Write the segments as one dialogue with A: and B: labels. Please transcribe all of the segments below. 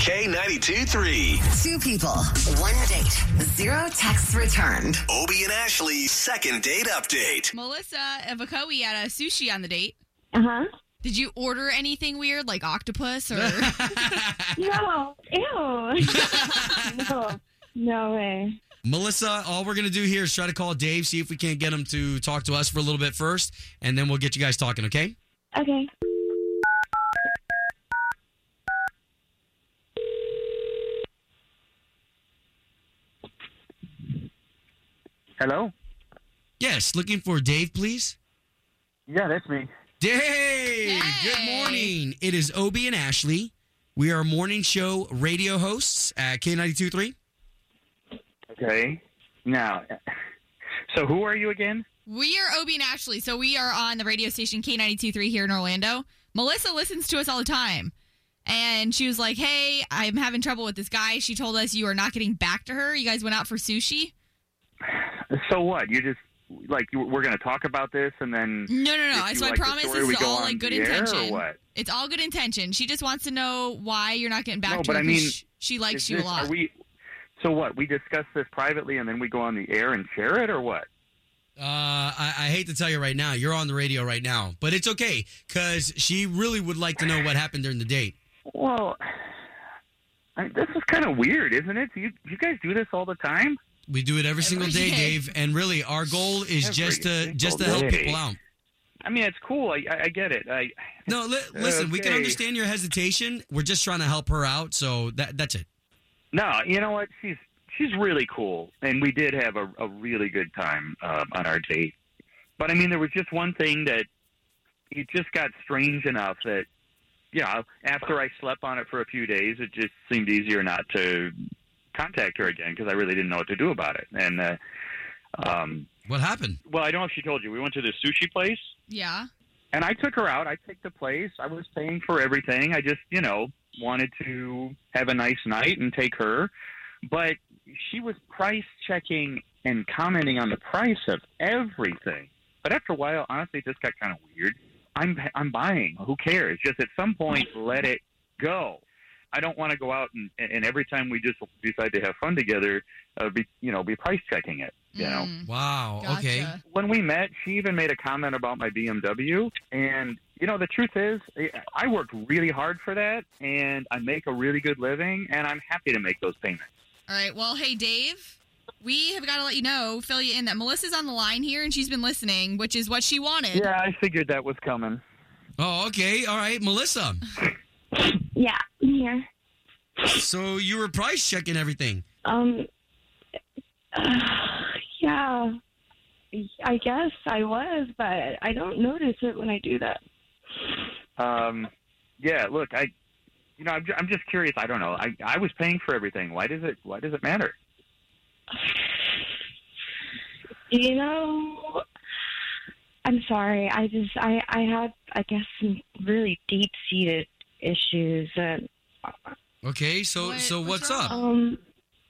A: K92 3.
B: Two people, one date, zero texts returned.
A: Obie and Ashley's second date update.
C: Melissa Evakoi had a sushi on the date.
D: Uh huh.
C: Did you order anything weird like octopus or
D: No. Ew. no. No way.
E: Melissa, all we're going to do here is try to call Dave, see if we can't get him to talk to us for a little bit first, and then we'll get you guys talking, okay?
D: Okay.
F: Hello?
E: Yes, looking for Dave, please.
F: Yeah, that's me.
E: Dave, good
C: Hey.
E: morning. It is Obie and Ashley. We are morning show radio hosts at K92.3.
F: Okay. Now, so who are you again?
C: We are Obie and Ashley, so we are on the radio station K92.3 here in Orlando. Melissa listens to us all the time. And she was like, hey, I'm having trouble with this guy. She told us you are not getting back to her. You guys went out for sushi?
F: So what? You just like you, we're going to talk about this, and then
C: No, no, no.
F: if you
C: So I
F: like the
C: promise
F: story,
C: this
F: we
C: is
F: go
C: all
F: on
C: like good
F: the air, or
C: intention.
F: what?
C: It's all good intention. She just wants to know why you're not getting back
F: No,
C: to
F: but
C: her.
F: I
C: 'cause
F: mean,
C: sh- she
F: Is
C: likes you a
F: this-
C: lot.
F: Are we? So what? We discuss this privately, and then we go on the air and share it, or what?
E: Uh, I, I hate to tell you right now, you're on the radio right now, but it's okay because she really would like to know what happened during the date.
F: Well, I mean, this is kind of weird, isn't it? Do you you guys do this all the time?
E: We do it every single
C: Every
E: day,
C: day.
E: Dave, and really our goal is
F: Every
E: just to
F: single
E: just to help
F: day.
E: people out.
F: I mean, it's cool. I I, I get it. I
E: No, li- listen, we can
F: Okay.
E: understand your hesitation. We're just trying to help her out, so that that's it.
F: No, you know what? She's she's really cool, and we did have a, a really good time um, on our date. But I mean, there was just one thing that it just got strange enough that you know, after I slept on it for a few days, it just seemed easier not to contact her again because I really didn't know what to do about it. And uh, um,
E: What happened?
F: well, I don't know if she told you, we went to this sushi place
C: yeah.
F: and I took her out. I picked the place. I was paying for everything. I just, you know, wanted to have a nice night and take her. But she was price checking and commenting on the price of everything. But after a while, honestly, it just got kind of weird. I'm I'm buying. Who cares? Just at some point, let it go. I don't want to go out and, and every time we just decide to have fun together, uh, be, you know, be price checking it. You know
C: Mm,
E: Wow.
C: gotcha.
E: Okay.
F: when we met, she even made a comment about my BMW. And, you know, the truth is, eh, I worked really hard for that, and I make a really good living, and I'm happy to make those payments.
C: All right. Well, hey, Dave, we have got to let you know, fill you in that Melissa's on the line here and she's been listening, which is what she wanted.
F: Yeah, I figured that was coming.
E: Oh, okay. All right, Melissa.
D: Yeah. Here.
E: So you were price checking everything.
D: Um. yeah. I guess I was, but I don't notice it when I do that.
F: Um, yeah, look, I, you know, I'm, ju- I'm just curious. I don't know. I, I was paying for everything. Why does it, why does it matter?
D: You know, I'm sorry. I just I I had I guess some really deep seated issues and
E: Okay. So
C: What-
E: so
C: what's
E: what's,
C: wrong?
E: up?
D: um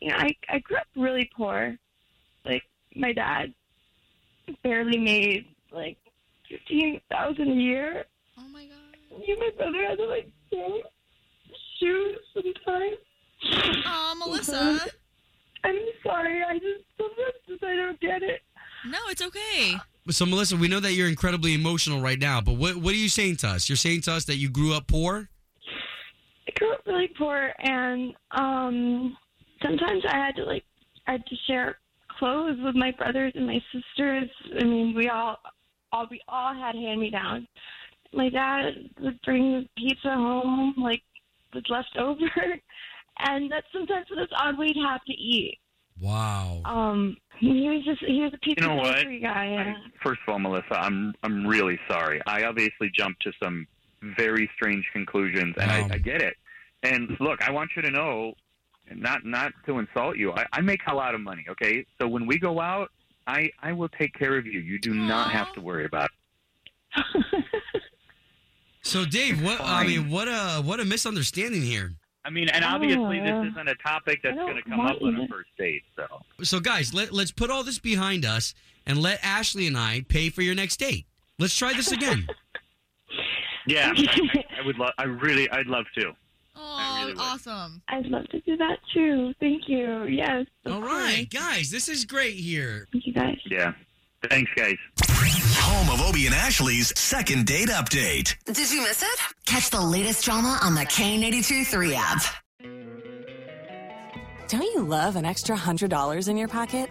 D: you know, I I grew up really poor. Like my dad barely made like fifteen thousand a year.
C: Oh, my God.
D: Me and my brother had to like throw shoes sometimes.
C: Oh, Melissa.
D: I'm sorry, I just sometimes just I don't get it.
C: No, it's okay.
E: So Melissa, we know that you're incredibly emotional right now, but what what are you saying to us? You're saying to us that you grew up poor.
D: I grew up really poor, and um, sometimes I had to like I had to share clothes with my brothers and my sisters. I mean, we all all we all had hand me downs. My dad would bring pizza home, like was left over, and that sometimes when it's odd, we'd have to eat.
E: Wow.
D: Um, he was just he was a pizza
F: You know what?
D: delivery guy. And,
F: First of all, Melissa, I'm, I'm really sorry. I obviously jumped to some very strange conclusions, and
E: Um.
F: I, I get it. And look, I want you to know, not not to insult you, I, I make a lot of money. Okay, so when we go out, I I will take care of you. You do not
G: Aw.
F: have to worry about. It.
E: So Dave, what I
F: Fine.
E: mean, what a what a misunderstanding here.
F: I mean, and
D: Oh,
F: obviously
D: yeah.
F: this isn't a topic that's
D: I don't
F: going to come
D: want
F: up on
D: you
F: a
D: to-
F: first date. So
E: So guys, let, let's put all this behind us and let Ashley and I pay for your next date. Let's try this again.
F: yeah, I, I would love. I really, I'd love to.
G: Oh,
F: really would.
G: awesome.
D: I'd love to do that too. Thank you. Yes. of
E: all
D: course.
E: right, guys, this is great here.
D: Thank you guys.
F: Yeah. Thanks, guys.
A: Home of Obie and Ashley's second date update.
B: Did you miss it? Catch the latest drama on the K82 3 app.
C: Don't you love an extra $100 in your pocket?